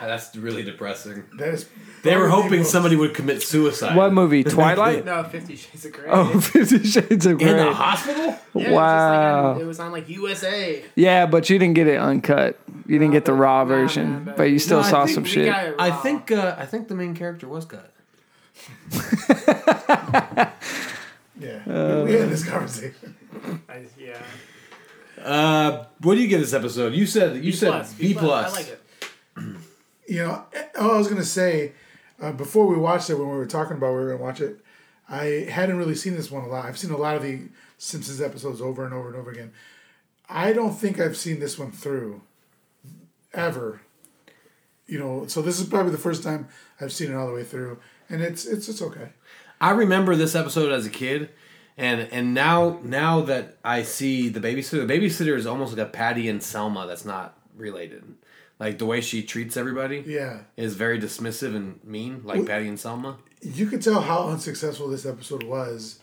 E: Ah, That's really depressing.
B: That is.
E: They were
B: probably
E: hoping
B: most-
E: somebody would commit suicide. *laughs*
F: What movie? Twilight.
G: No, Fifty Shades of Grey.
F: Oh, *laughs* Fifty Shades of
E: in the
F: Grey.
E: hospital?
F: Wow.
G: Yeah, It was, just like on, it was on like USA.
F: Yeah, but you didn't get it uncut. You didn't get the raw
G: Nah, man,
F: version,
G: but-
F: but you still
E: No, I
F: saw
E: think
F: some
G: We
F: shit.
G: got it
E: I
G: raw.
E: think uh, I think the main character was cut.
B: Yeah. we had this conversation.
G: I, yeah.
E: Uh, what do you give this episode? You said you said B plus.
G: I like it.
B: You know, eh, oh, I was gonna say, uh, before we watched it, when we were talking about we were gonna watch it, I hadn't really seen this one a lot. I've seen a lot of the Simpsons episodes over and over and over again. I don't think I've seen this one through, ever. You know, so this is probably the first time I've seen it all the way through, and it's it's it's okay.
E: I remember this episode as a kid, and and now now that I see the babysitter, the babysitter is almost like a Patty and Selma that's not related. Like the way she treats everybody
B: Yeah,
E: is very dismissive and mean, like Patty and Selma.
B: you could tell how unsuccessful this episode was,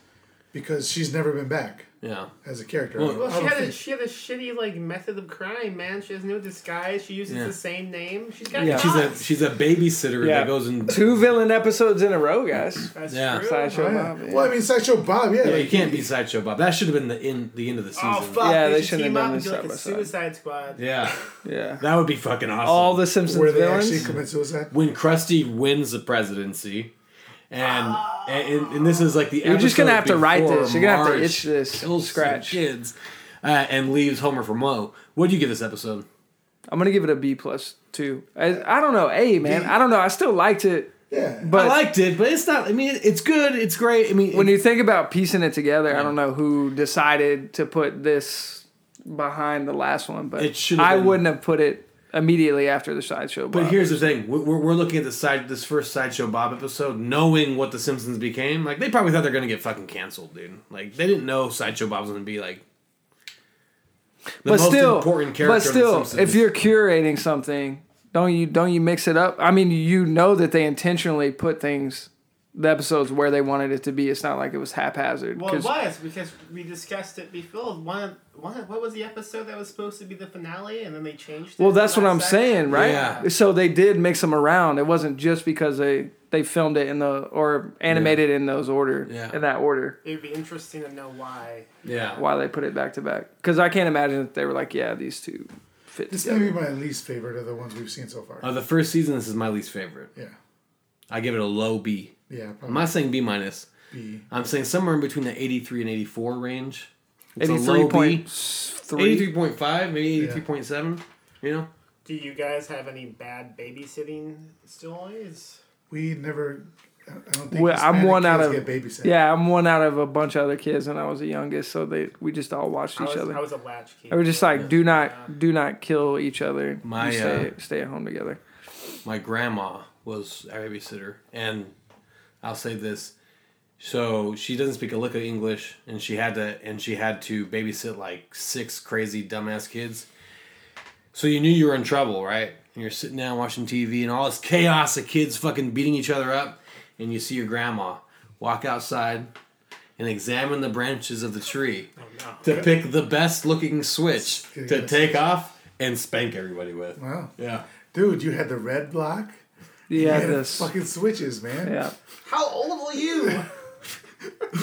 B: because she's never been back
E: Yeah,
B: as a character.
E: Well,
G: Well,
B: I
G: she
B: don't
G: had, a,
B: think-
G: she had a shitty like method of crime, man. She has no disguise. She uses
E: Yeah.
G: the same name. She's got
F: Yeah.
E: she's a
G: dogs.
E: she's a babysitter
F: Ah. Yeah.
E: that goes and
F: Two villain episodes in a row, guys.
G: That's
E: Yeah.
G: true.
F: Sideshow
B: Oh, yeah.
F: Bob. yeah.
B: Well, I mean, Sideshow Bob, yeah.
E: yeah,
B: like,
E: you can't be sideshow Bob. That should have been the end the end of the season.
G: Oh fuck!
F: Yeah,
G: they,
F: they
G: should
F: shouldn't
G: team
F: have
G: up
F: done
G: and
F: this
G: do like
F: side by
G: a
F: side.
G: Suicide Squad.
E: Yeah,
F: Yeah.
E: that would be fucking awesome.
F: All the Simpsons
B: where they actually
F: villains.
B: commit suicide.
E: when Krusty wins the presidency, and and, and this is like the
F: You're just gonna
E: episode
F: have to write
E: before
F: this. You're gonna have to
E: Marge
F: itch this.
E: kills some
F: Scratch.
E: kids, uh, and leaves Homer for Moe. What'd you give this episode?
F: I'm gonna give it a B plus two. I, I don't know, A man. I don't know. I still liked it,
B: Yeah.
F: but
E: I liked it, but it's not. I mean, it- it's good. It's great. I mean,
F: when
E: it-
F: you think about piecing it together, I don't know who decided to put this behind the last one, but
E: It should've
F: I
E: been-
F: wouldn't have put it immediately after the sideshow.
E: but
F: Bob.
E: here's the thing: we're, we're- we're looking at the side this first sideshow Bob episode, knowing what the Simpsons became. Like they probably thought they're gonna get fucking canceled, dude. Like they didn't know sideshow Bob was gonna be like. The
F: but
E: most
F: still,
E: important character
F: but
E: of The
F: still,
E: Simpsons.
F: if you're curating something, don't you don't you mix it up? I mean, you know that they intentionally put things, the episodes where they wanted it to be. It's not like it was haphazard.
G: Well, it
F: 'cause-
G: was because we discussed it before. One, one, what was the episode that was supposed to be the finale, and then they changed. it
F: Well,
G: at the
F: that's what
G: last
F: I'm
G: second?
F: saying, right?
E: Yeah.
F: So they did mix them around. It wasn't just because they they filmed it in the or animated in those order
E: Yeah.
F: in that order.
G: It'd be interesting to know why.
E: yeah,
F: Why they put it back to back? Because I can't imagine that they were like, yeah, Uh, these two fit
B: This
F: together.
B: may be my least favorite of the ones we've seen so far.
E: Of Oh, the first season, this is my least favorite.
B: yeah,
E: I give it a low B.
B: yeah, probably
E: I'm not saying B minus.
B: B.
E: I'm saying somewhere in between the 83 and 84 range. It's a low
F: Eighty-three
E: B.
F: point three.
E: 83.5, maybe
B: Yeah.
E: 83.7. You know?
G: Do you guys have any bad babysitting stories?
B: We never. I I don't think.
F: Well, I'm one out
B: kids
F: of-
B: get babysat.
F: Yeah, I'm one out of a bunch of other kids, and I was the youngest, so they we just all watched
G: I
F: each
G: was,
F: other.
G: I was a latchkey.
F: I was just like, do not, do not kill each other.
E: My,
F: My, stay,
E: uh,
F: stay at home together.
E: my grandma was a babysitter, and I'll say this: so she doesn't speak a lick of English, and she had to and she had to babysit like six crazy dumbass kids. So you knew you were in trouble, right? And you're sitting down watching TV, and all this chaos of kids fucking beating each other up, and you see your grandma walk outside and examine the branches of the tree to pick the best looking switch to take off and spank everybody with.
B: Wow,
E: Yeah.
B: dude, you had the red block.
F: Yeah,
B: you had
F: this.
B: fucking switches, man.
F: Yeah,
G: How old were you?
F: *laughs*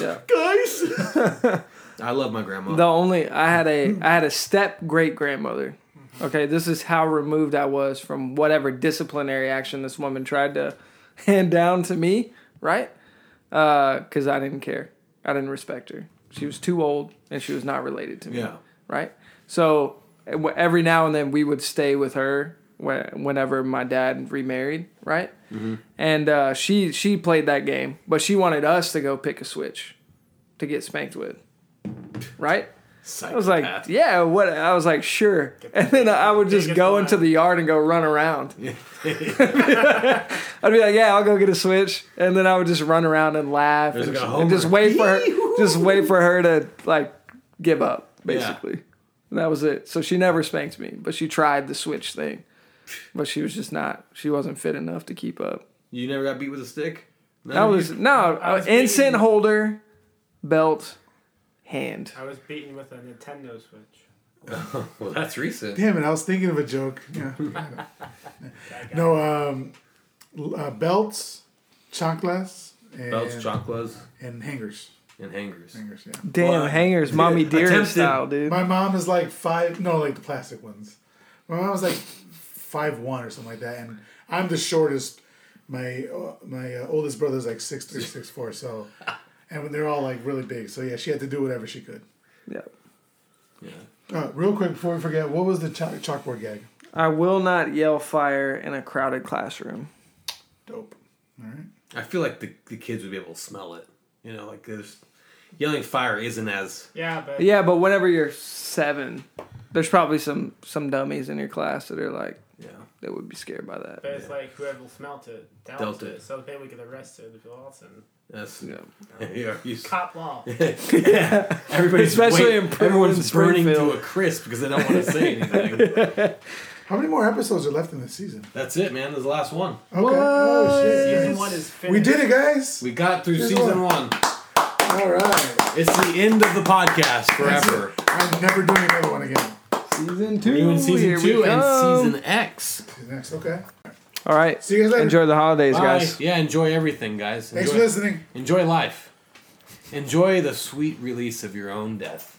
F: yeah.
E: guys. I love my grandma.
F: The only I had a I had a step great grandmother. Okay, this is how removed I was from whatever disciplinary action this woman tried to *laughs* hand down to me, right? Because I didn't care. I didn't respect her. She was too old and she was not related to me.
E: Yeah.
F: right? So w- every now and then we would stay with her wh- whenever my dad remarried, right? And uh, she she played that game, but she wanted us to go pick a switch to get spanked with, right? I was like, yeah, what? I was like, sure. And then I would just
G: biggest
F: go
G: one.
F: into the yard and go run
E: *laughs*
F: around. *laughs* I'd be like, yeah, I'll go get a switch, and then I would just run around and laugh
E: There's
F: and,
E: like a
F: and just
E: Homer.
F: wait for her, just wait for her to like give up, basically. And that was it. So she never spanked me, but she tried the switch thing, but she was just not. She wasn't fit enough to keep up.
E: you never got beat with a stick.
F: That was no
G: was
F: incense
G: beaten.
F: holder, belt, hand.
G: I was beaten with a Nintendo Switch.
E: well, that's recent.
B: Damn it! I was thinking of a joke.
F: *laughs*
B: Yeah. *laughs* no, um, l- uh, belts, chanclas, and,
E: Belts, choclas,
B: and hangers.
E: and hangers.
B: Hangers. Yeah.
F: Damn
E: Well, *laughs*
F: hangers, mommy dearest
E: attempted-
F: style, dude.
B: My mom is like five. No, like the plastic ones. My mom was like five one or something like that, and I'm the shortest. My uh, my uh, oldest brother's like six three six four. So, and they're all like really big. So yeah, she had to do whatever she could.
F: Yeah.
E: Yeah.
B: Uh, real quick before we forget, what was the chalk- chalkboard gag?
F: I will not yell fire in a crowded classroom.
B: Dope. All right.
E: I feel like the, the kids would be able to smell it. You know, like there's yelling fire isn't as
G: Yeah, but
F: Yeah, but whenever you're seven, there's probably some some dummies in your class that are like
E: yeah.
F: that would be scared by that.
G: But it's like whoever smelt it dealt,
E: Dealt
G: it.
E: it.
G: So they would get arrested. Lawson.
E: That's
F: Yeah.
E: yeah. *laughs* you-
G: Cop law.
E: Everybody's
F: Especially
E: wait-
F: in Peru
E: everyone's
F: and
E: burning to
F: Springfield.
E: a crisp because they don't want to
F: *laughs*
E: say anything.
B: How many more episodes are left in this season?
E: that's it, man. This is the last one.
B: Okay. Oh shit!
G: Season one is finished.
B: We did it, guys.
E: We got through
B: Here's
E: season one.
B: All right.
E: It's the end of the podcast forever.
B: I'm never doing another one again.
F: Season two.
E: We're doing season
F: here we
E: two and
F: come.
E: season X.
B: Next. Okay.
F: All right.
B: See you guys later.
F: Enjoy the holidays, guys.
E: Bye. Yeah, enjoy everything, guys.
B: Thanks for
E: Enjoy-
B: listening.
E: Enjoy life. Enjoy the sweet release of your own death.